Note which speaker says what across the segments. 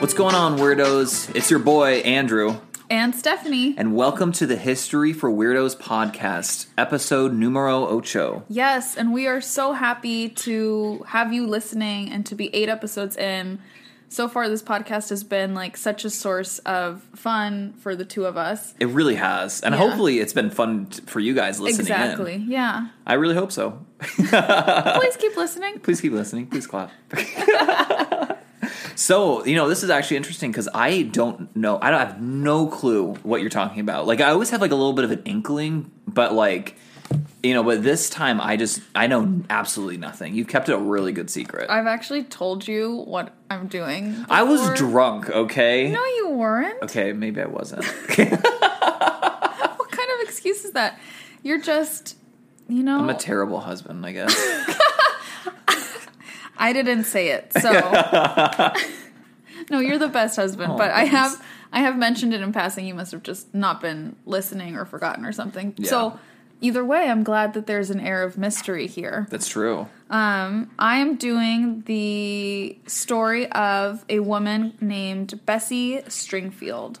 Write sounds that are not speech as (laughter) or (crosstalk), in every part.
Speaker 1: What's going on, weirdos? It's your boy, Andrew,
Speaker 2: And Stephanie,
Speaker 1: and welcome to the History for Weirdos podcast, episode numero ocho.
Speaker 2: yes, and we are so happy to have you listening and to be eight episodes in. So far, this podcast has been like such a source of fun for the two of us.
Speaker 1: It really has, and
Speaker 2: Yeah.
Speaker 1: hopefully it's been fun t- for you guys listening
Speaker 2: Exactly.
Speaker 1: in.
Speaker 2: Yeah.
Speaker 1: I really hope so.
Speaker 2: Please keep listening.
Speaker 1: Please keep listening. Please clap. (laughs) so, you know, this is actually interesting because I don't know. I don't I have no clue what you're talking about. Like, I always have like a little bit of an inkling, but like, you know, but this time I just I know absolutely nothing. You kept it a really good secret. I,
Speaker 2: I've actually told you what I'm doing.
Speaker 1: was
Speaker 2: before.
Speaker 1: drunk. Okay.
Speaker 2: No, you weren't.
Speaker 1: Okay, maybe
Speaker 2: (laughs)
Speaker 1: I wasn't. (laughs)
Speaker 2: What kind of excuse is that? You're just, you know,
Speaker 1: I'm a terrible husband, I guess.
Speaker 2: I didn't say it,
Speaker 1: (laughs)
Speaker 2: so no, you're the best husband.
Speaker 1: Oh,
Speaker 2: but I
Speaker 1: goodness.
Speaker 2: have I have mentioned it in passing. You must have just not been listening or forgotten or something.
Speaker 1: Yeah.
Speaker 2: So either way, I'm glad that there's an air of mystery here.
Speaker 1: That's true.
Speaker 2: Um, I am doing the story of a woman named Bessie Stringfield.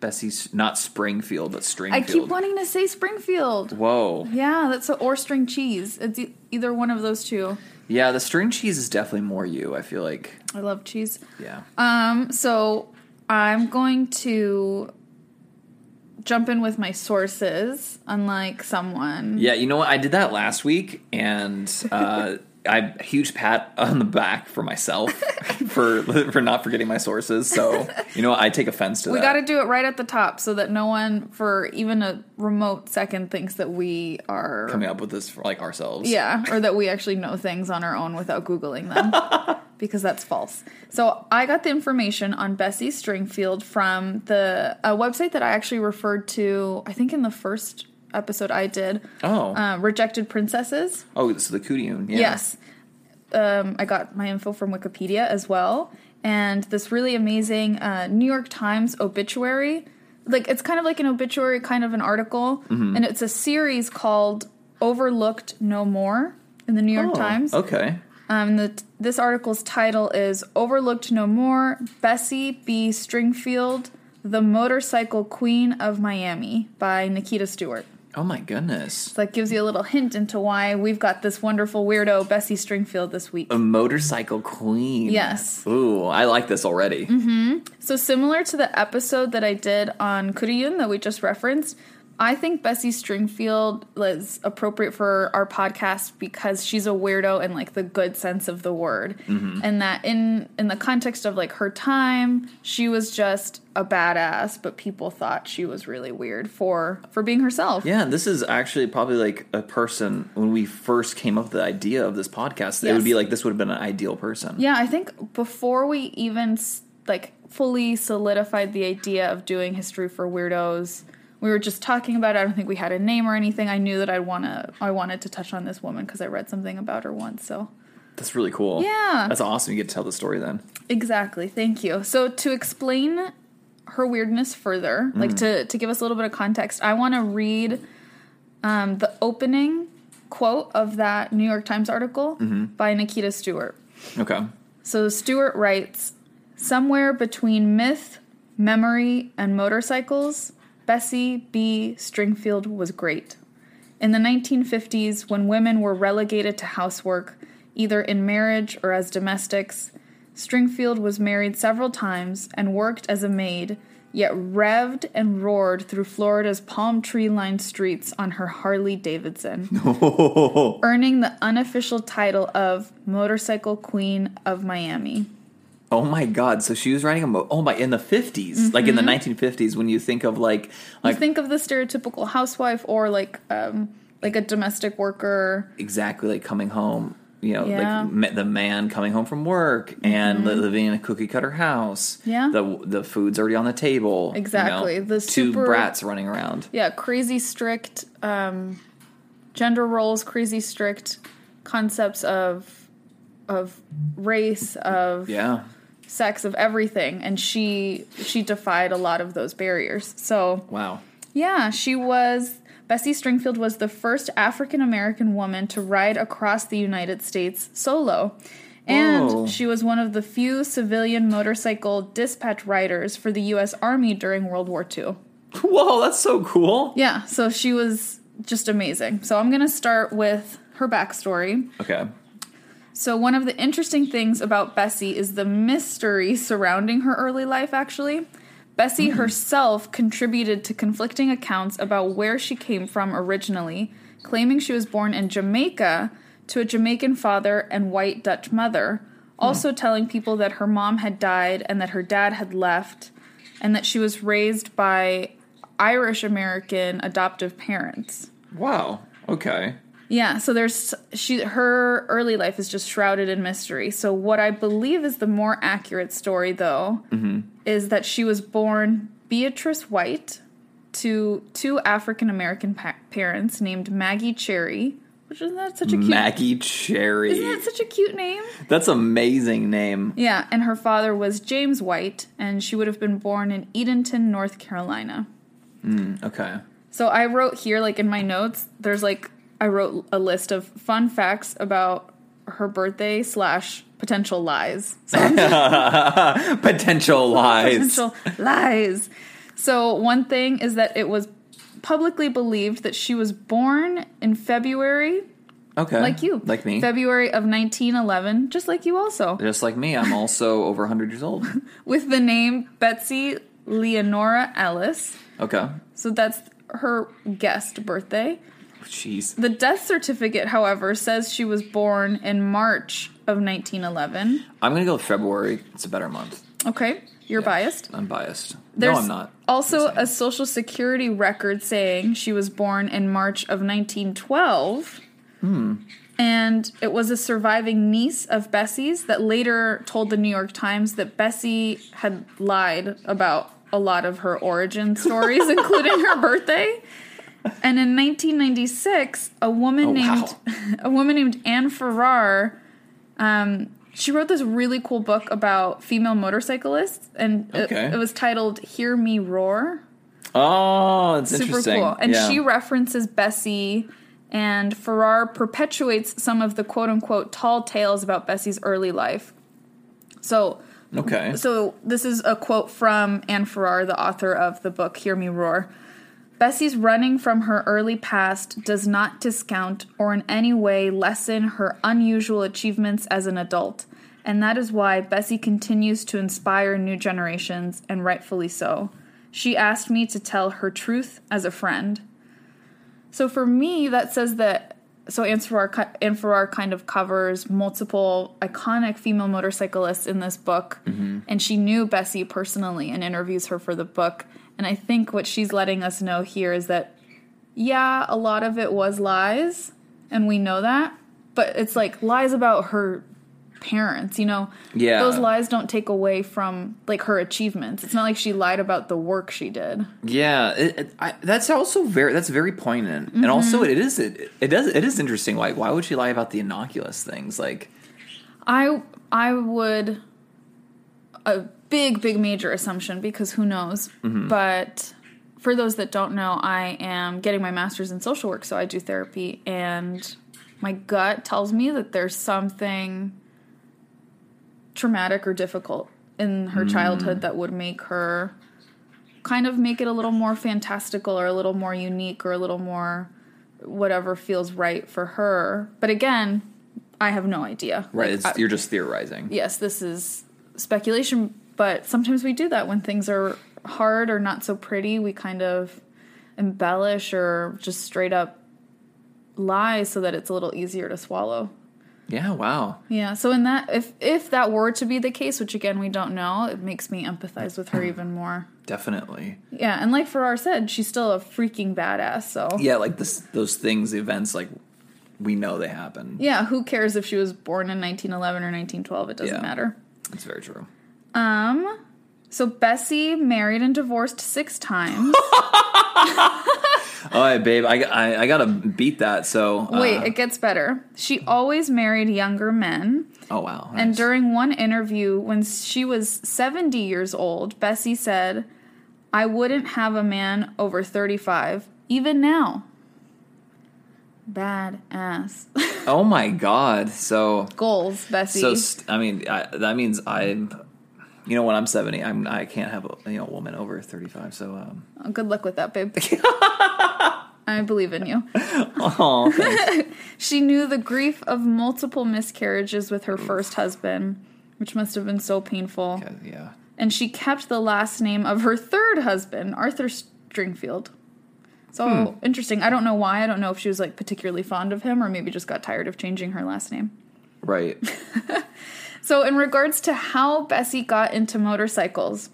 Speaker 1: Bessie's not Springfield, but
Speaker 2: I
Speaker 1: Stringfield.
Speaker 2: keep wanting to say Springfield.
Speaker 1: Whoa.
Speaker 2: Yeah, that's a, or string cheese. It's e- either one of those two.
Speaker 1: Yeah, the string cheese is definitely more you, I feel like.
Speaker 2: I love cheese.
Speaker 1: Yeah.
Speaker 2: Um, so I'm going to jump in with my sources, unlike someone.
Speaker 1: Yeah, you know what? I did that last week, and uh, I huge pat (laughs) on the back
Speaker 2: (laughs)
Speaker 1: for myself for for not forgetting my sources. So you know what? I take offense to
Speaker 2: We
Speaker 1: that.
Speaker 2: got to do it right at the top so that no one, for even a remote second, thinks that we are.
Speaker 1: coming up with this for like ourselves.
Speaker 2: Yeah, or that we actually know things on our own without Googling them. because that's false. So I got the information on Bessie Stringfield from the a website that I actually referred to, I think in the first episode I did,
Speaker 1: Oh.
Speaker 2: uh, Rejected Princesses.
Speaker 1: oh, this is the Kudiun. Yeah.
Speaker 2: Yes. Um, I got my info from Wikipedia as well. And this really amazing uh, New York Times obituary. Like, it's kind of like an obituary, kind of an article.
Speaker 1: Mm-hmm.
Speaker 2: And it's a series called Overlooked No More in the New York
Speaker 1: Oh,
Speaker 2: Times.
Speaker 1: Okay.
Speaker 2: Um, the, this article's title is Overlooked No More Bessie B. Stringfield, The Motorcycle Queen of Miami by Nikita Stewart.
Speaker 1: Oh my goodness.
Speaker 2: So that gives you a little hint into why we've got this wonderful weirdo Bessie Stringfield this week.
Speaker 1: A motorcycle queen.
Speaker 2: Yes. Mm-hmm.
Speaker 1: Ooh, I like this already.
Speaker 2: So similar to the episode that I did on Kuriyun that we just referenced, I think Bessie Stringfield is appropriate for our podcast because she's a weirdo in like the good sense of the word, and that in in the context of like her time, she was just a badass, but people thought she was really weird for for being herself.
Speaker 1: Yeah, this is actually probably like a person when we first came up with the idea of this podcast. It
Speaker 2: Yes.
Speaker 1: would be like this would have been an ideal person.
Speaker 2: Yeah, I think before we even s- like fully solidified the idea of doing history for weirdos, we were just talking about it. I don't think we had a name or anything. I knew that I want to I wanted to touch on this woman cuz I read something about her once. So,
Speaker 1: That's really cool.
Speaker 2: Yeah.
Speaker 1: That's awesome. You get to tell the story then.
Speaker 2: exactly. Thank you. So, to explain her weirdness further, like to to give us a little bit of context, I want to read um, the opening quote of that New York Times article by Nikita Stewart.
Speaker 1: Okay.
Speaker 2: So Stewart writes Somewhere between myth, memory, and motorcycles, Bessie B. Stringfield was great. In the 1950s, when women were relegated to housework, either in marriage or as domestics, Stringfield was married several times and worked as a maid, yet revved and roared through Florida's palm tree lined streets on her Harley Davidson
Speaker 1: Oh
Speaker 2: earning the unofficial title of Motorcycle Queen of Miami.
Speaker 1: Oh my god! So she was riding a mo- oh my in the 50s like in
Speaker 2: Mm-hmm.
Speaker 1: the nineteen fifties. When you think of like like
Speaker 2: Think of the stereotypical housewife or like um, like a domestic worker.
Speaker 1: exactly like coming home, you know,
Speaker 2: Yeah. Mm-hmm.
Speaker 1: like ma- the man coming home from work and li- living in a cookie cutter house.
Speaker 2: Yeah.
Speaker 1: the the food's already on the table. you know,
Speaker 2: Exactly. The
Speaker 1: two
Speaker 2: super-
Speaker 1: brats running around.
Speaker 2: Yeah, crazy strict um, gender roles, crazy strict concepts of of race, of
Speaker 1: Yeah,
Speaker 2: sex, of everything, and she she defied a lot of those barriers. So
Speaker 1: wow. (laughs)
Speaker 2: yeah, she was Bessie Stringfield was the first African American woman to ride across the United States solo. And
Speaker 1: Whoa.
Speaker 2: she was one of the few civilian motorcycle dispatch riders for the US Army during World War II.
Speaker 1: Whoa, that's so cool.
Speaker 2: Yeah, so she was just amazing. So I'm going to start with her backstory.
Speaker 1: Okay.
Speaker 2: So, one of the interesting things about Bessie is the mystery surrounding her early life, actually. Bessie herself contributed to conflicting accounts about where she came from originally, claiming she was born in Jamaica to a Jamaican father and white Dutch mother, also telling people that her mom had died and that her dad had left, and that she was raised by Irish American adoptive parents.
Speaker 1: Wow. Okay.
Speaker 2: Yeah, so there's she her early life is just shrouded in mystery. So what I believe is the more accurate story though is that she was born Beatrice White to two African American pa- parents named Maggie Cherry, which isn't that such a cute
Speaker 1: Maggie Cherry.
Speaker 2: Isn't that such a cute name?
Speaker 1: That's amazing name.
Speaker 2: Yeah, and her father was James White and she would have been born in Edenton, North Carolina.
Speaker 1: Okay. (laughs)
Speaker 2: So I wrote here, like in my notes, there's like I wrote a list of fun facts about her birthday slash potential lies. So
Speaker 1: Potential lies.
Speaker 2: potential lies. So one thing is that it was publicly believed that she was born in February,
Speaker 1: Okay.
Speaker 2: like you,
Speaker 1: Like me.
Speaker 2: February of 1911, just like you also,
Speaker 1: Just like me, I'm (laughs) also over 100 years old.
Speaker 2: with the name Betsy Leonora Ellis.
Speaker 1: Okay.
Speaker 2: So that's her guest birthday.
Speaker 1: Jeez.
Speaker 2: The death certificate, however, says she was born in March of 1911.
Speaker 1: I'm going to go with February. It's a better month.
Speaker 2: Okay, you're biased.
Speaker 1: I'm biased.
Speaker 2: There's
Speaker 1: no, I'm not.
Speaker 2: Also,
Speaker 1: Just
Speaker 2: a social security record saying she was born in March of 1912.
Speaker 1: Hmm.
Speaker 2: And it was a surviving niece of Bessie's that later told the New York Times that Bessie had lied about a lot of her origin
Speaker 1: (laughs)
Speaker 2: stories, including her birthday. And in 1996, a woman
Speaker 1: Oh,
Speaker 2: named (laughs)
Speaker 1: wow.
Speaker 2: a woman named Anne Farrar, um, she wrote this really cool book about female motorcyclists, and it-
Speaker 1: Okay.
Speaker 2: it, was titled "Hear Me Roar."
Speaker 1: Oh, it's
Speaker 2: Super
Speaker 1: interesting.
Speaker 2: cool, and
Speaker 1: Yeah.
Speaker 2: she references Bessie, and Farrar perpetuates some of the quote unquote tall tales about Bessie's early life. So
Speaker 1: Okay.
Speaker 2: so this is a quote from Anne Farrar, the author of the book Hear Me Roar. Bessie's running from her early past does not discount or in any way lessen her unusual achievements as an adult, and that is why Bessie continues to inspire new generations, and rightfully so. She asked me to tell her truth as a friend. So for me, that says that. So Anne Farrar, ki- Anne Farrar kind of covers multiple iconic female motorcyclists in this book, and she knew Bessie personally and interviews her for the book. And I think what she's letting us know here is that, yeah, a lot of it was lies, and we know that, but it's like lies about her parents, you know?
Speaker 1: Yeah.
Speaker 2: Those lies don't take away from like her achievements. It's not like she lied about the work she did.
Speaker 1: Yeah, it, it, I, that's also very that's very poignant, and also it is it, it does it is interesting. Like, why would she lie about the innocuous things? Like,
Speaker 2: I I would a big big major assumption because who knows.
Speaker 1: Mm-hmm.
Speaker 2: But for those that don't know, I am getting my master's in social work, so I do therapy, and my gut tells me that there's something traumatic or difficult in
Speaker 1: Mm.
Speaker 2: her childhood that would make her kind of make it a little more fantastical or a little more unique or a little more whatever feels right for her. But again, I have no idea.
Speaker 1: right?
Speaker 2: Like,
Speaker 1: it's,
Speaker 2: I-
Speaker 1: you're just theorizing.
Speaker 2: yes, this is speculation, but sometimes we do that when things are hard or not so pretty. We kind of embellish or just straight up lie so that it's a little easier to swallow.
Speaker 1: Yeah. Wow.
Speaker 2: Yeah, so in that if if that were to be the case, which again we don't know, it makes me empathize with her even more.
Speaker 1: Definitely.
Speaker 2: Yeah, and like Farrar said, she's still a freaking badass, so
Speaker 1: Yeah. Like this. Those things, events, like we know they happened.
Speaker 2: Yeah, who cares if she was born in 1911 or 1912? It doesn't
Speaker 1: Yeah.
Speaker 2: matter.
Speaker 1: It's very true.
Speaker 2: Um, so Bessie married and divorced six times.
Speaker 1: All right, Oh, babe, I, I, I gotta beat that. So uh,
Speaker 2: Wait, it gets better. She always married younger men.
Speaker 1: oh wow,
Speaker 2: And
Speaker 1: nice.
Speaker 2: during one interview, when she was 70 years old, Bessie said, I wouldn't have a man over 35, even now. Bad ass. (laughs)
Speaker 1: oh my god, so
Speaker 2: Goals, Bessie.
Speaker 1: so st- I mean I, that means I'm, you know, when I'm seventy, I'm I can't have a you know woman over thirty five. So
Speaker 2: (laughs)
Speaker 1: um,
Speaker 2: Oh, good luck with that,
Speaker 1: (laughs)
Speaker 2: babe. I believe in you.
Speaker 1: oh,
Speaker 2: She knew the grief of multiple miscarriages with her first husband, which must have been so painful.
Speaker 1: yeah,
Speaker 2: And she kept the last name of her third husband, Arthur Stringfield. So
Speaker 1: Hmm.
Speaker 2: interesting. I don't know why. I don't know if she was like particularly fond of him or maybe just got tired of changing her last name. (laughs)
Speaker 1: right.
Speaker 2: So, in regards to how Bessie got into motorcycles,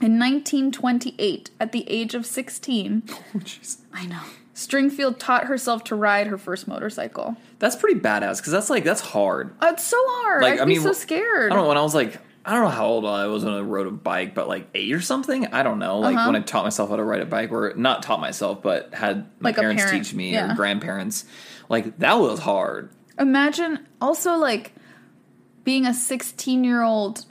Speaker 2: in 1928, at the age of 16,
Speaker 1: Oh, jeez.
Speaker 2: I know. Stringfield taught herself to ride her first motorcycle.
Speaker 1: That's pretty badass because that's like that's hard.
Speaker 2: Oh, it's so hard.
Speaker 1: Like,
Speaker 2: I'd
Speaker 1: I
Speaker 2: be
Speaker 1: mean,
Speaker 2: so scared.
Speaker 1: I don't know when I was like I don't know how old I was when I rode a bike, but like eight or something. I don't know. Like
Speaker 2: Uh-huh.
Speaker 1: when I taught myself how to ride a bike, or not taught myself, but had my
Speaker 2: Like a
Speaker 1: parents
Speaker 2: parent,
Speaker 1: teach me
Speaker 2: yeah.
Speaker 1: or grandparents. Like that was hard.
Speaker 2: Imagine also like being a 16 year old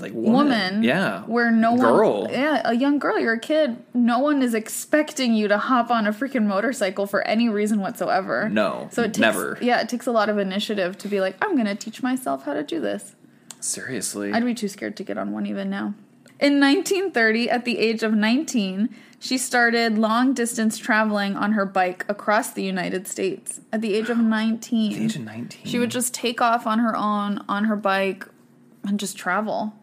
Speaker 1: Like woman,
Speaker 2: woman.
Speaker 1: yeah,
Speaker 2: Where no
Speaker 1: girl.
Speaker 2: one. Yeah, a young girl. You're a kid. No one is expecting you to hop on a freaking motorcycle for any reason whatsoever.
Speaker 1: No,
Speaker 2: So it takes.
Speaker 1: never.
Speaker 2: Yeah, it takes a lot of initiative to be like, I'm going to teach myself how to do this.
Speaker 1: seriously.
Speaker 2: I'd be too scared to get on one even now. In 1930, at the age of 19, she started long distance traveling on her bike across the United States at the age of 19.
Speaker 1: the age of nineteen,
Speaker 2: she would just take off on her own on her bike and just travel.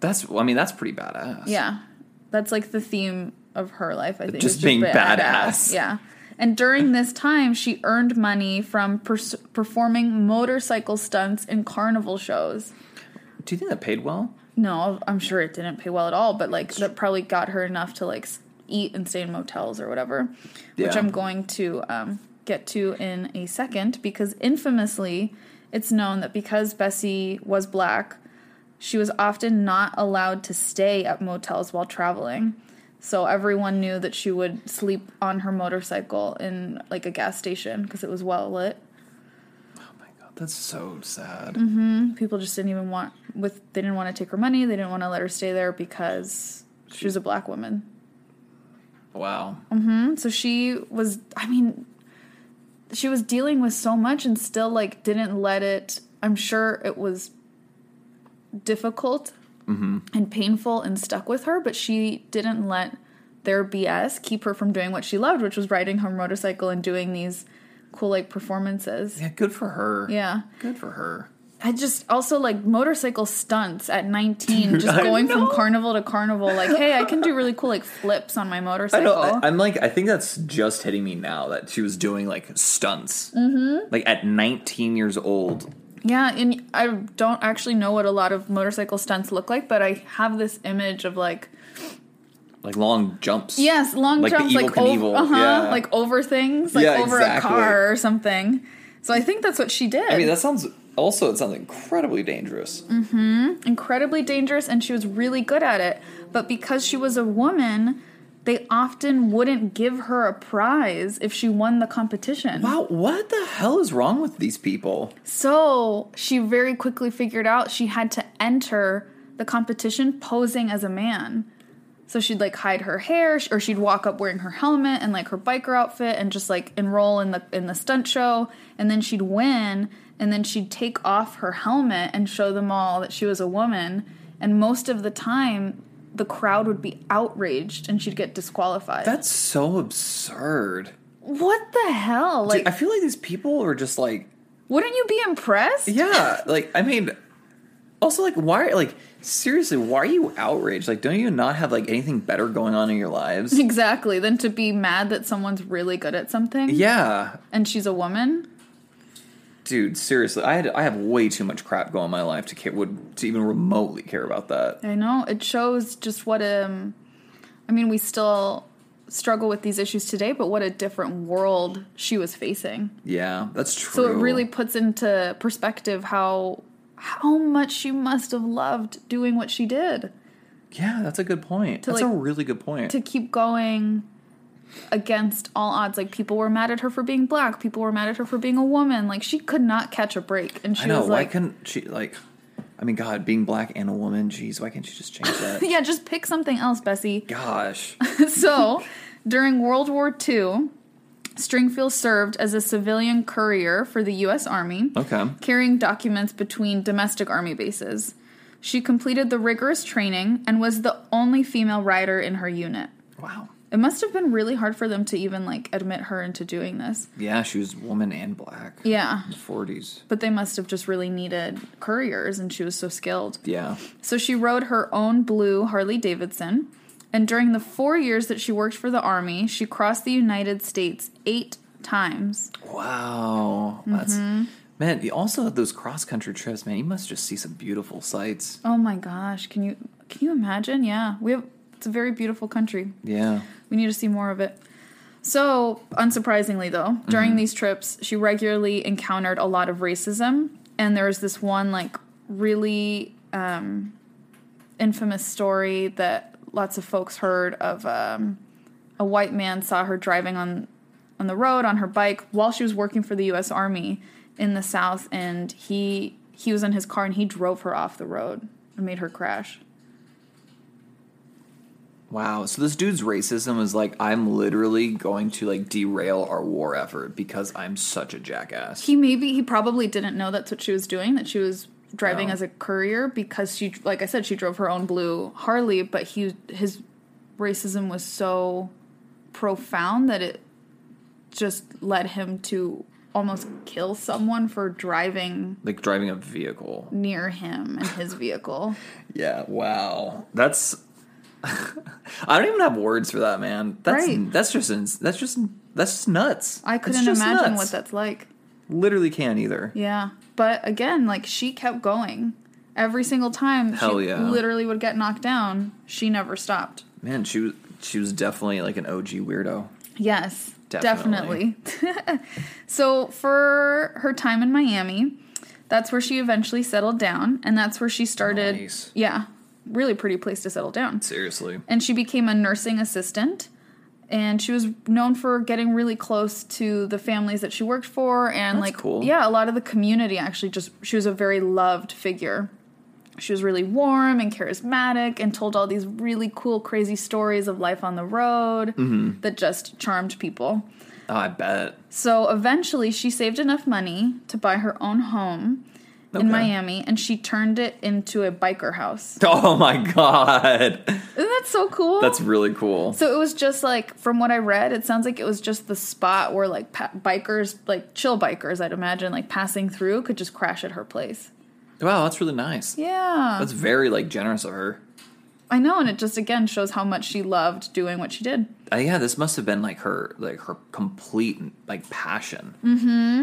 Speaker 1: That's I mean that's pretty badass.
Speaker 2: Yeah. That's like the theme of her life, I think.
Speaker 1: Just
Speaker 2: is
Speaker 1: being
Speaker 2: badass.
Speaker 1: badass.
Speaker 2: Yeah. And during this time, she earned money from pers- performing motorcycle stunts in carnival shows.
Speaker 1: Do you think that paid well? Oh
Speaker 2: No, I'm sure it didn't pay well at all, but like that probably got her enough to like s- eat and stay in motels or whatever, which
Speaker 1: Yeah.
Speaker 2: I'm going to um, get to in a second because infamously, it's known that because Bessie was black, she was often not allowed to stay at motels while traveling. So everyone knew that she would sleep on her motorcycle in like a gas station because it was well lit.
Speaker 1: Oh my god, that's so sad.
Speaker 2: Mm-hmm. people just didn't even want with they didn't want to take her money they didn't want to let her stay there because she was a black woman
Speaker 1: Wow.
Speaker 2: And so she was i mean she was dealing with so much and still like didn't let it i'm sure it was difficult and painful and stuck with her but she didn't let their bs keep her from doing what she loved which was riding her motorcycle and doing these cool like performances
Speaker 1: Yeah, good for her.
Speaker 2: yeah
Speaker 1: Good for her.
Speaker 2: I just also like motorcycle stunts at 19, just
Speaker 1: I
Speaker 2: going from
Speaker 1: know.
Speaker 2: carnival to carnival. Like, hey, I can do really cool like flips on my
Speaker 1: I
Speaker 2: motorcycle.
Speaker 1: know. I, am like, I think that's just hitting me now that she was doing like stunts, mm-hmm. like at 19 years old.
Speaker 2: yeah, and I don't actually know what a lot of motorcycle stunts look like, but I have this image of like,
Speaker 1: Like long jumps.
Speaker 2: yes, long
Speaker 1: Like the
Speaker 2: jumps,
Speaker 1: Evel
Speaker 2: like over,
Speaker 1: Knievel,
Speaker 2: uh-huh,
Speaker 1: yeah.
Speaker 2: like over things, like
Speaker 1: Yeah,
Speaker 2: over
Speaker 1: exactly.
Speaker 2: a car or something. So I think that's what she did.
Speaker 1: I mean, that sounds also it sounds incredibly dangerous.
Speaker 2: Mm-hmm. incredibly dangerous and she was really good at it. But because she was a woman, they often wouldn't give her a prize if she won the competition.
Speaker 1: Wow, what the hell is wrong with these people?
Speaker 2: So she very quickly figured out she had to enter the competition posing as a man. So she'd like hide her hair, sh- or she'd walk up wearing her helmet and like her biker outfit, and just like enroll in the in the stunt show, and then she'd win, and then she'd take off her helmet and show them all that she was a woman. And most of the time, the crowd would be outraged, and she'd get disqualified.
Speaker 1: That's so absurd.
Speaker 2: what the hell? Like,
Speaker 1: Dude, I feel like these people are just like,
Speaker 2: wouldn't you be impressed?
Speaker 1: yeah, like I mean, also like why, like seriously, why are you outraged? Like, don't you not have like anything better going on in your lives?
Speaker 2: (laughs) Exactly. Than to be mad that someone's really good at something
Speaker 1: yeah,
Speaker 2: and she's a woman.
Speaker 1: dude seriously i had i have way too much crap going on in my life to care would to even remotely care about that
Speaker 2: I know. It shows just what um I mean, we still struggle with these issues today, but what a different world she was facing.
Speaker 1: Yeah, that's true.
Speaker 2: So it really puts into perspective how how much she must have loved doing what she did
Speaker 1: Yeah, that's a good point.
Speaker 2: To,
Speaker 1: That's a
Speaker 2: like,
Speaker 1: really good point.
Speaker 2: to keep going against all odds. Like people were mad at her for being black, people were mad at her for being a woman. Like she could not catch a break, and she
Speaker 1: I know.
Speaker 2: was
Speaker 1: why
Speaker 2: like,
Speaker 1: couldn't she like? I mean, God, being black and a woman, geez, why can't she just change
Speaker 2: (laughs) (laughs)
Speaker 1: that?
Speaker 2: "Yeah, just pick something else, Bessie."
Speaker 1: Gosh,
Speaker 2: so, during World War II, Stringfield served as a civilian courier for the U.S. Army.
Speaker 1: okay,
Speaker 2: carrying documents between domestic army bases. She completed the rigorous training and was the only female rider in her unit.
Speaker 1: wow,
Speaker 2: It must have been really hard for them to even like admit her into doing this.
Speaker 1: yeah, she was woman and black.
Speaker 2: Yeah,
Speaker 1: forties.
Speaker 2: but they must have just really needed couriers and she was so skilled.
Speaker 1: Yeah,
Speaker 2: So she rode her own blue Harley Davidson, and during the 4 years that she worked for the army, she crossed the United States 8 times.
Speaker 1: wow, that's
Speaker 2: Mm-hmm.
Speaker 1: man. You also had those cross country trips, man. You must just see some beautiful sights.
Speaker 2: Oh my gosh, can you can you imagine? Yeah, we have it's a very beautiful country.
Speaker 1: Yeah,
Speaker 2: We need to see more of it. So, unsurprisingly, though, during these trips, she regularly encountered a lot of racism. And there was this one, like, really um, infamous story that lots of folks heard of um, a white man saw her driving on, on the road on her bike while she was working for the U.S. Army in the South. And he, he was in his car and he drove her off the road and made her crash.
Speaker 1: wow. So this dude's racism is like, I'm literally going to like derail our war effort because I'm such a jackass.
Speaker 2: he maybe he probably didn't know that's what she was doing that she was driving
Speaker 1: No.
Speaker 2: as a courier because she like i said she drove her own blue harley but he his racism was so profound that it just led him to almost kill someone for driving
Speaker 1: like driving a vehicle.
Speaker 2: near him in
Speaker 1: (laughs)
Speaker 2: his vehicle
Speaker 1: Yeah, wow. That's (laughs) I don't even have words for that, man. That's
Speaker 2: Right.
Speaker 1: that's just ins- that's just that's just nuts.
Speaker 2: i
Speaker 1: That's
Speaker 2: couldn't
Speaker 1: just
Speaker 2: imagine
Speaker 1: nuts.
Speaker 2: what that's like
Speaker 1: Literally can't either.
Speaker 2: Yeah. But again, like she kept going. Every single time
Speaker 1: Hell
Speaker 2: she
Speaker 1: yeah.
Speaker 2: literally would get knocked down, she never stopped.
Speaker 1: Man, she was she was definitely like an OG weirdo.
Speaker 2: Yes,
Speaker 1: Definitely.
Speaker 2: definitely. (laughs) so, for her time in Miami, that's where she eventually settled down, and that's where she started.
Speaker 1: Nice.
Speaker 2: Yeah, really pretty place to settle down.
Speaker 1: Seriously.
Speaker 2: And she became a nursing assistant, and she was known for getting really close to the families that she worked for, and
Speaker 1: That's
Speaker 2: like,
Speaker 1: cool.
Speaker 2: yeah, a lot of the community actually just, she was a very loved figure. She was really warm and charismatic and told all these really cool, crazy stories of life on the road
Speaker 1: Mm-hmm.
Speaker 2: that just charmed people.
Speaker 1: Oh, I bet.
Speaker 2: So eventually, she saved enough money to buy her own home
Speaker 1: Okay.
Speaker 2: in Miami and she turned it into a biker house.
Speaker 1: (laughs) Oh my god.
Speaker 2: Isn't that so cool?
Speaker 1: That's really cool.
Speaker 2: so it was just like from what I read, it sounds like it was just the spot where like pa- bikers, like chill bikers, I'd imagine, like passing through could just crash at her place.
Speaker 1: Wow, that's really nice.
Speaker 2: Yeah.
Speaker 1: That's very like generous of her.
Speaker 2: I know, and it just again shows how much she loved doing what she did.
Speaker 1: Uh, yeah, this must have been like her like her complete like passion.
Speaker 2: Mm.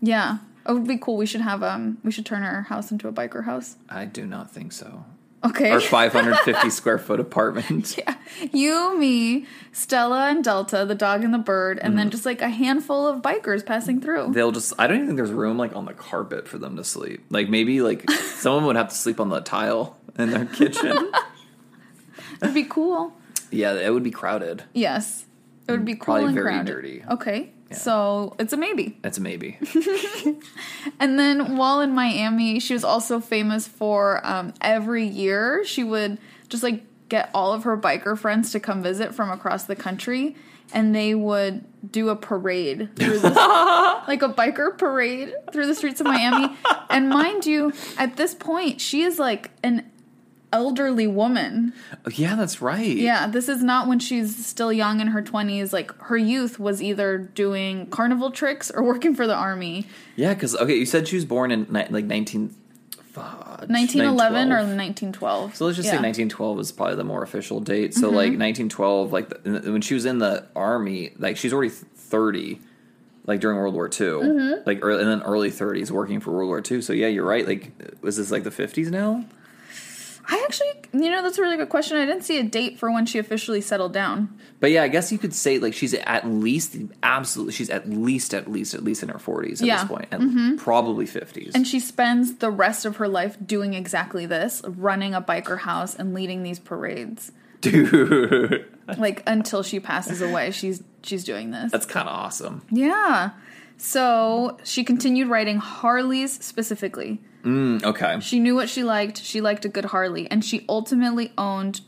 Speaker 2: Yeah. It would be cool. We should have um we should turn our house into a biker house.
Speaker 1: I do not think so.
Speaker 2: Okay. (laughs)
Speaker 1: Or 550 square foot apartment.
Speaker 2: you, me, Stella, and Delta, the dog and the bird, and
Speaker 1: Mm-hmm.
Speaker 2: then just like a handful of bikers passing through.
Speaker 1: they'll just i don't even think there's room like on the carpet for them to sleep like maybe like
Speaker 2: (laughs)
Speaker 1: someone would have to sleep on the tile in their
Speaker 2: (laughs)
Speaker 1: kitchen
Speaker 2: It'd be cool.
Speaker 1: yeah it would be crowded
Speaker 2: Yes, it would be cool
Speaker 1: Probably
Speaker 2: and
Speaker 1: very
Speaker 2: crowded. Oh.
Speaker 1: dirty.
Speaker 2: Okay, so it's a maybe.
Speaker 1: that's a maybe
Speaker 2: (laughs) And then while in Miami, she was also famous for um, every year she would just like get all of her biker friends to come visit from across the country, and they would do a parade, through the, like a biker parade through the streets of Miami. And mind you, at this point, she is like an elderly woman.
Speaker 1: Oh, yeah that's right
Speaker 2: Yeah, this is not when she's still young in her 20s. Like her youth was either doing carnival tricks or working for the army.
Speaker 1: yeah because okay you said she was born in ni- like 19 fudge,
Speaker 2: 1911 or
Speaker 1: 1912.
Speaker 2: 1912.
Speaker 1: so let's just say
Speaker 2: Yeah. Mm-hmm.
Speaker 1: 1912 is probably the more official date so like 1912 like the, in the- when she was in the army like she's already 30 like during World War II,
Speaker 2: Mm-hmm.
Speaker 1: like early, and then early 30s, working for World War II. So yeah, you're right. Like, was this like the 50s now?
Speaker 2: I actually, you know, that's a really good question. I didn't see a date for when she officially settled down.
Speaker 1: But yeah, I guess you could say like she's at least absolutely she's at least at least at least in her 40s at
Speaker 2: Yeah. Mm-hmm.
Speaker 1: this point and probably 50s.
Speaker 2: And she spends the rest of her life doing exactly this running a biker house and leading these parades.
Speaker 1: (laughs) Dude,
Speaker 2: Like until she passes away, she's she's doing this.
Speaker 1: that's kind of awesome.
Speaker 2: Yeah. So she continued writing Harleys specifically.
Speaker 1: Mm, Okay.
Speaker 2: She knew what she liked. She liked a good Harley. And she ultimately owned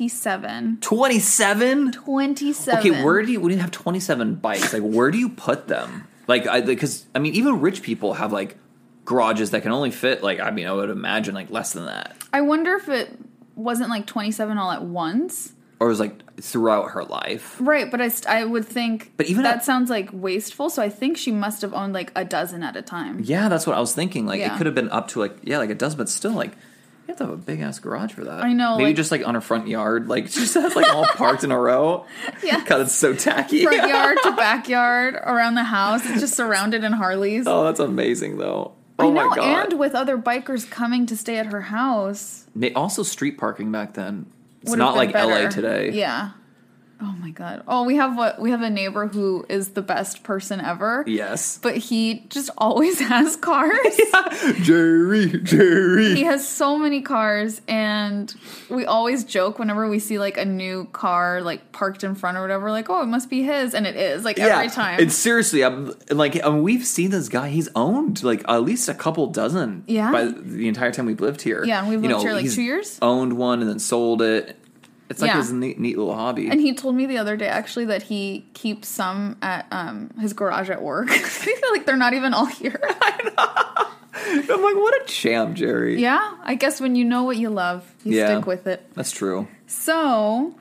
Speaker 2: 27.
Speaker 1: 27?
Speaker 2: 27.
Speaker 1: Okay, where do you when you have 27 bikes? Like where do you put them? Like I because I mean even rich people have like garages that can only fit like I mean I would imagine like less than that.
Speaker 2: I wonder if it wasn't like 27 all at once.
Speaker 1: Or it was like throughout her life.
Speaker 2: Right, but I, st- I would think
Speaker 1: But even
Speaker 2: that
Speaker 1: at-
Speaker 2: sounds like wasteful, so I think she must have owned like a dozen at a time.
Speaker 1: Yeah, that's what I was thinking. Like
Speaker 2: Yeah.
Speaker 1: it could have been up to like yeah, like it does, but still like you have to have a big ass garage for that.
Speaker 2: I know,
Speaker 1: Maybe
Speaker 2: like-
Speaker 1: just like on her front yard, like (laughs) she just has like all parked in a row. (laughs)
Speaker 2: Yeah.
Speaker 1: God, it's so tacky.
Speaker 2: Front yard to backyard, around the house, it's just surrounded in Harleys.
Speaker 1: (laughs) oh, that's amazing though. Oh
Speaker 2: I know,
Speaker 1: my god.
Speaker 2: and with other bikers coming to stay at her house.
Speaker 1: They- also street parking back then. It's
Speaker 2: would've
Speaker 1: not
Speaker 2: been
Speaker 1: like LA
Speaker 2: better.
Speaker 1: today.
Speaker 2: Yeah. Oh my god. Oh, we have what we have a neighbor who is the best person ever.
Speaker 1: Yes.
Speaker 2: But he just always (laughs) has cars.
Speaker 1: (laughs) Jerry,
Speaker 2: He
Speaker 1: Jerry.
Speaker 2: has so many cars, and we always joke whenever we see like a new car like parked in front or whatever, like, oh, it must be his, and it is like every time.
Speaker 1: And seriously, I'm like, I mean, we've seen this guy. He's owned like at least a couple dozen.
Speaker 2: Yeah.
Speaker 1: By the entire time we've lived here.
Speaker 2: Yeah, and we've
Speaker 1: You
Speaker 2: lived
Speaker 1: know,
Speaker 2: here, like,
Speaker 1: he's
Speaker 2: two years?
Speaker 1: Owned one and then sold it. It's like
Speaker 2: Yeah.
Speaker 1: his neat, neat little hobby.
Speaker 2: and he told me the other day actually that he keeps some at um, his garage at work. (laughs) like they're not even all here.
Speaker 1: (laughs) I'm like, what a champ, Jerry.
Speaker 2: yeah, I guess when you know what you love, you
Speaker 1: Yeah.
Speaker 2: stick with it.
Speaker 1: That's true.
Speaker 2: So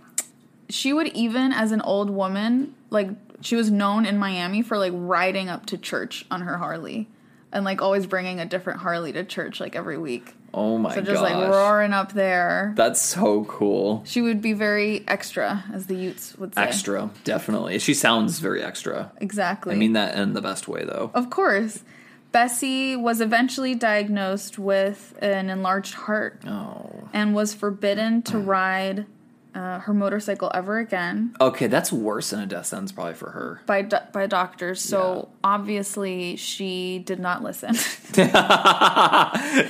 Speaker 2: she would even, as an old woman, like she was known in Miami for like riding up to church on her Harley and like always bringing a different Harley to church like every week.
Speaker 1: Oh my
Speaker 2: So
Speaker 1: god.
Speaker 2: just like roaring up there.
Speaker 1: That's so cool.
Speaker 2: She would be very extra, as the Utes would say.
Speaker 1: Extra, definitely. She sounds very extra.
Speaker 2: Exactly.
Speaker 1: I mean that in the best way, though.
Speaker 2: of course. Bessie was eventually diagnosed with an enlarged heart
Speaker 1: Oh.
Speaker 2: and was forbidden to ride uh, her motorcycle ever again.
Speaker 1: Okay, that's worse than a death sentence probably for her.
Speaker 2: by do- by doctors. So obviously she did not listen. (laughs)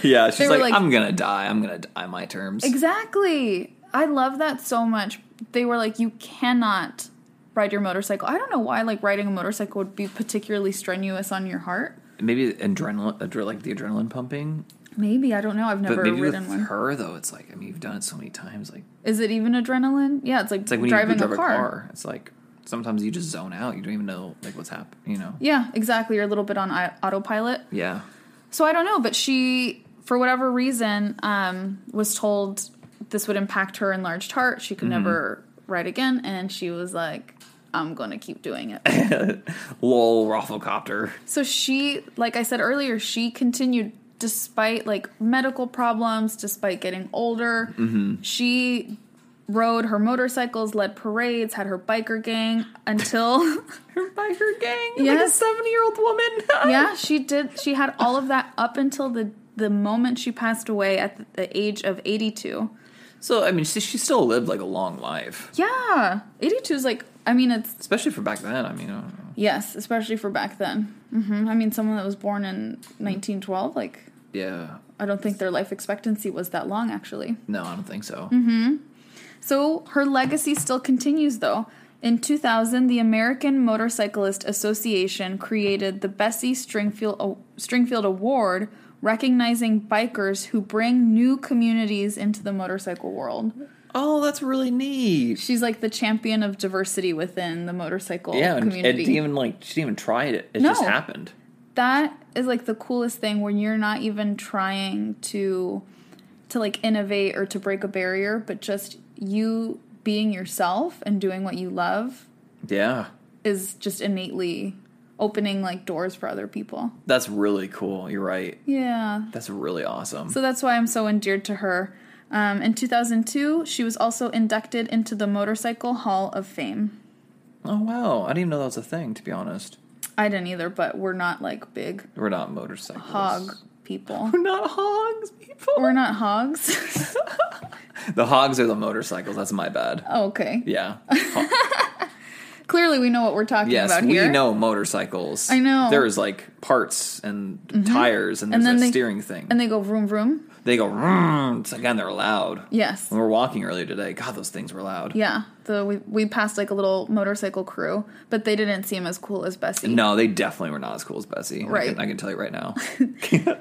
Speaker 1: Yeah, she's
Speaker 2: were
Speaker 1: like,
Speaker 2: like-
Speaker 1: I'm gonna die. I'm gonna die my terms.
Speaker 2: exactly. I love that so much. They were like, you cannot ride your motorcycle. I don't know why like riding a motorcycle would be particularly strenuous on your heart.
Speaker 1: maybe adrenaline, adre- like the adrenaline pumping.
Speaker 2: Maybe I don't know. I've
Speaker 1: But
Speaker 2: never
Speaker 1: maybe with
Speaker 2: ridden one.
Speaker 1: her though, it's like I mean, you've done it so many times. Like
Speaker 2: Is it even adrenaline? Yeah, it's like,
Speaker 1: it's like when
Speaker 2: driving
Speaker 1: you drive
Speaker 2: a, car.
Speaker 1: It's like sometimes you just zone out. You don't even know like what's happening. You know?
Speaker 2: Yeah, exactly. You're a little bit on i- autopilot.
Speaker 1: Yeah.
Speaker 2: So I don't know, but she, for whatever reason, um, was told this would impact her enlarged heart. She could never ride again, and she was like, "I'm gonna keep doing it."
Speaker 1: Lol, rafflecopter. (laughs)
Speaker 2: so she, like I said earlier, she continued despite like medical problems, despite getting older. She rode her motorcycles, led parades, had her biker gang until. (laughs)
Speaker 1: Her biker gang. Like a
Speaker 2: Yes.
Speaker 1: seventy-year-old woman. (laughs)
Speaker 2: yeah, she did. She had all of that up until the the moment she passed away at the, the age of 82.
Speaker 1: So I mean, she, she still lived like a long life,
Speaker 2: Yeah, 82 is like, I mean, it's,
Speaker 1: especially for back then. I mean, I don't know.
Speaker 2: yes, especially for back then. hmm I mean, someone that was born in 1912, like,
Speaker 1: yeah.
Speaker 2: I don't think their life expectancy was that long, actually.
Speaker 1: No, I don't think so.
Speaker 2: Mm-hmm. So her legacy still continues, though. In 2000, the American Motorcyclist Association created the Bessie Stringfield, uh, Stringfield Award, recognizing bikers who bring new communities into the motorcycle world.
Speaker 1: Oh, that's really neat.
Speaker 2: She's like the champion of diversity within the motorcycle
Speaker 1: Yeah, and it
Speaker 2: community.
Speaker 1: didn't even like she didn't even try it. It
Speaker 2: No.
Speaker 1: just happened.
Speaker 2: that is like the coolest thing when you're not even trying to to like innovate or to break a barrier but just you being yourself and doing what you love
Speaker 1: Yeah,
Speaker 2: is just innately opening like doors for other people
Speaker 1: that's really cool. You're right.
Speaker 2: yeah
Speaker 1: That's really awesome.
Speaker 2: so that's why i'm so endeared to her um, in 2002 she was also inducted into the motorcycle hall of fame
Speaker 1: oh wow, I didn't even know that was a thing. To be honest,
Speaker 2: i didn't either but we're not like big
Speaker 1: we're not motorcycles.
Speaker 2: hog people. (laughs)
Speaker 1: We're not hogs, people.
Speaker 2: We're not hogs. (laughs)
Speaker 1: the hogs are the motorcycles. That's my bad.
Speaker 2: Oh, okay.
Speaker 1: Yeah.
Speaker 2: (laughs) Clearly, we know what we're talking
Speaker 1: yes,
Speaker 2: about
Speaker 1: we
Speaker 2: here.
Speaker 1: know motorcycles.
Speaker 2: I know. Mm-hmm.
Speaker 1: There's like parts and tires and there's
Speaker 2: And then
Speaker 1: a
Speaker 2: they-
Speaker 1: steering thing.
Speaker 2: And they go vroom vroom.
Speaker 1: they go, "Vroom." it's like, and they're loud.
Speaker 2: Yes.
Speaker 1: When we were walking earlier today, God, those things were loud.
Speaker 2: Yeah. The we we passed like a little motorcycle crew, but they didn't seem as cool as Bessie.
Speaker 1: No, they definitely were not as cool as Bessie. I can- I
Speaker 2: Right.
Speaker 1: can, tell you
Speaker 2: (laughs)
Speaker 1: right now. (laughs)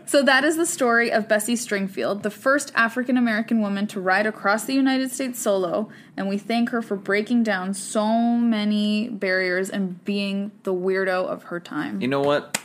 Speaker 2: So that is the story of Bessie Stringfield, the first African American woman to ride across the United States solo, and we thank her for breaking down so many barriers and being the weirdo of her time.
Speaker 1: You know what?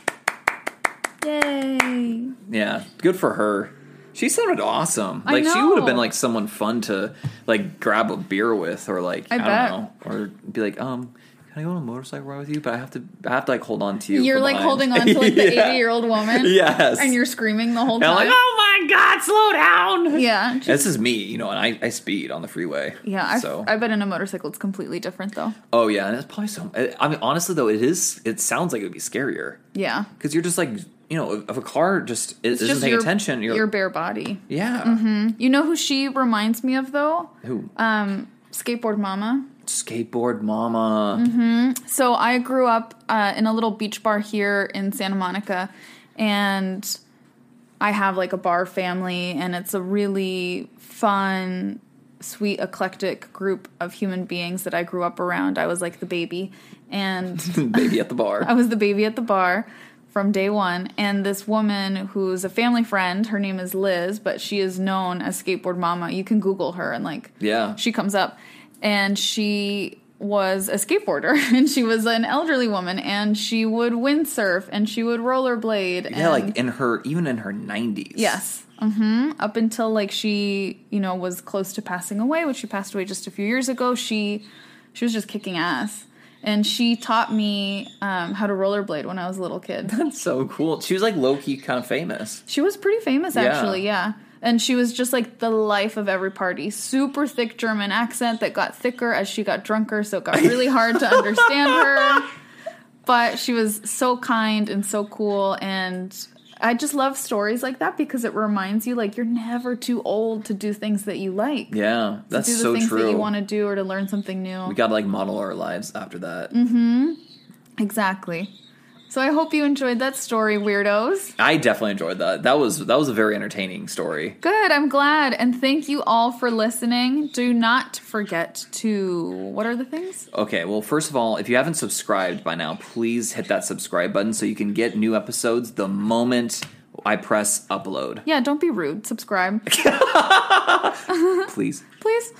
Speaker 2: Yay!
Speaker 1: Yeah, good for her. She sounded awesome.
Speaker 2: I
Speaker 1: Like she would have
Speaker 2: know.
Speaker 1: been like someone fun to like grab a beer with, or like
Speaker 2: I
Speaker 1: I,
Speaker 2: bet.
Speaker 1: don't know, or be like, um, can I go on a motorcycle ride with you? But I have to, I have to like hold on to you.
Speaker 2: You're
Speaker 1: from
Speaker 2: like
Speaker 1: behind.
Speaker 2: holding
Speaker 1: (laughs)
Speaker 2: on to like the 80
Speaker 1: Yeah.
Speaker 2: year old woman,
Speaker 1: Yes,
Speaker 2: and you're screaming the whole
Speaker 1: And I'm
Speaker 2: time.
Speaker 1: like, oh my god, slow down.
Speaker 2: Yeah, just-
Speaker 1: This is me, you know, and I, I speed on the freeway.
Speaker 2: yeah. I,
Speaker 1: so
Speaker 2: I bet in a motorcycle it's completely different though.
Speaker 1: oh yeah, and it's probably so. I- I mean, honestly though, it is. It sounds like it would be scarier.
Speaker 2: Yeah,
Speaker 1: because you're just like you know if a car just it doesn't pay attention you're,
Speaker 2: your Mm-hmm. bare body.
Speaker 1: yeah
Speaker 2: You know who she reminds me of though?
Speaker 1: Who?
Speaker 2: Um, skateboard mama.
Speaker 1: skateboard mama
Speaker 2: So I grew up uh, in a little beach bar here in Santa Monica, and I have like a bar family, and it's a really fun, sweet, eclectic group of human beings that I grew up around. I was like the baby, and
Speaker 1: (laughs) baby at
Speaker 2: (laughs)
Speaker 1: the bar
Speaker 2: I was the baby at the bar from day one. And this woman who's a family friend, her name is Liz, but she is known as Skateboard Mama. You can Google her and like,
Speaker 1: Yeah.
Speaker 2: she comes up. And she was a skateboarder (laughs) and she was an elderly woman and she would windsurf and she would rollerblade.
Speaker 1: yeah
Speaker 2: and
Speaker 1: like in her even in her 90s
Speaker 2: Yes. hmm Up until like she, you know, was close to passing away, which she passed away just a few years ago. She, she was just kicking ass, and she taught me um, how to rollerblade when I was a little kid. (laughs)
Speaker 1: that's so cool she was like low-key kind of famous
Speaker 2: she was pretty famous actually, yeah. And she was just like the life of every party. Super thick German accent that got thicker as she got drunker, so it got
Speaker 1: (laughs)
Speaker 2: really hard to understand her. But she was so kind and so cool and I just love stories like that because it reminds you like you're never too old to do things that you like.
Speaker 1: yeah that's
Speaker 2: to do the
Speaker 1: so
Speaker 2: things
Speaker 1: true
Speaker 2: that you want to do or to learn something new.
Speaker 1: we gotta like model our lives after that
Speaker 2: Mm-hmm. exactly. So I hope you enjoyed that story, weirdos.
Speaker 1: i definitely enjoyed that that was that was a very entertaining story
Speaker 2: Good, I'm glad. And thank you all for listening. Do not forget to. What are the things?
Speaker 1: okay well first of all if you haven't subscribed by now please hit that subscribe button so you can get new episodes the moment i press upload
Speaker 2: Yeah, don't be rude. Subscribe, Mm-hmm.
Speaker 1: please
Speaker 2: please.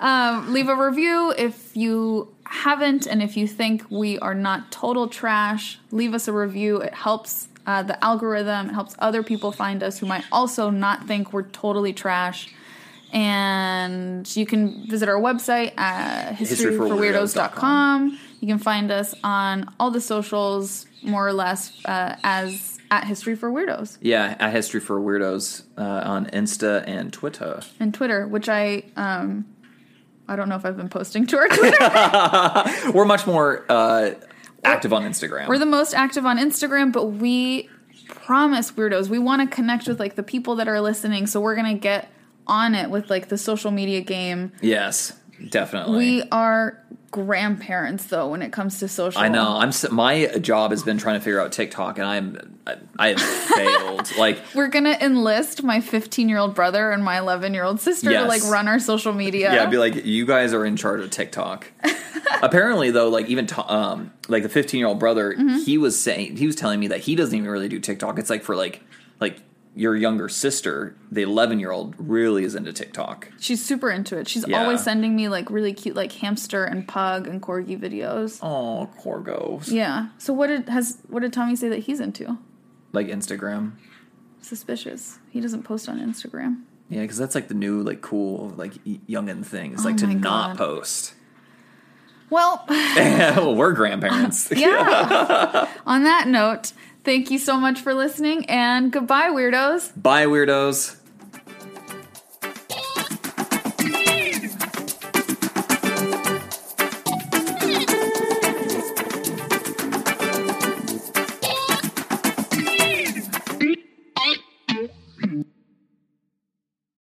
Speaker 2: um, leave a review if you haven't, and if you think we are not total trash, leave us a review. It helps uh, the algorithm, it helps other people find us who might also not think we're totally trash. And you can visit our website at historyforweirdos.com. You can find us on all the socials, more or less, uh, as at History for Weirdos
Speaker 1: Yeah, at History for Weirdos uh, on Insta and Twitter.
Speaker 2: and Twitter, which I um, I don't know if I've been posting (laughs) to our Twitter.
Speaker 1: We're much more uh, active on Instagram.
Speaker 2: We're the most active on Instagram, but we promise weirdos we want to connect with like the people that are listening. So we're gonna get on it with like the social media game.
Speaker 1: yes, definitely.
Speaker 2: We are grandparents though when it comes to social.
Speaker 1: I know. I'm s- my job has been trying to figure out TikTok, and I'm I, I
Speaker 2: (laughs)
Speaker 1: have failed. like,
Speaker 2: We're gonna enlist my 15 year old brother and my 11 year old sister to
Speaker 1: Yes.
Speaker 2: like run our social media.
Speaker 1: yeah, I'd be like, you guys are in charge of TikTok. Apparently, though, like even to, um, like the 15 year old brother,
Speaker 2: Mm-hmm.
Speaker 1: he was saying he was telling me that he doesn't even really do TikTok. It's like for like like your younger sister, the 11 year old, really is into TikTok.
Speaker 2: She's super into it. She's
Speaker 1: Yeah.
Speaker 2: always sending me like really cute like hamster and pug and corgi videos.
Speaker 1: Oh, Corgos.
Speaker 2: Yeah. So what did has what did Tommy say that he's into?
Speaker 1: Like Instagram.
Speaker 2: Suspicious. He doesn't post on Instagram.
Speaker 1: Yeah, because that's like the new, like cool, like y- youngin thing. It's like
Speaker 2: Oh my
Speaker 1: to not
Speaker 2: God.
Speaker 1: post. (laughs)
Speaker 2: Well, (laughs)
Speaker 1: well, we're (laughs) grandparents.
Speaker 2: yeah. On that note, thank you so much for listening and goodbye, weirdos.
Speaker 1: Bye, weirdos.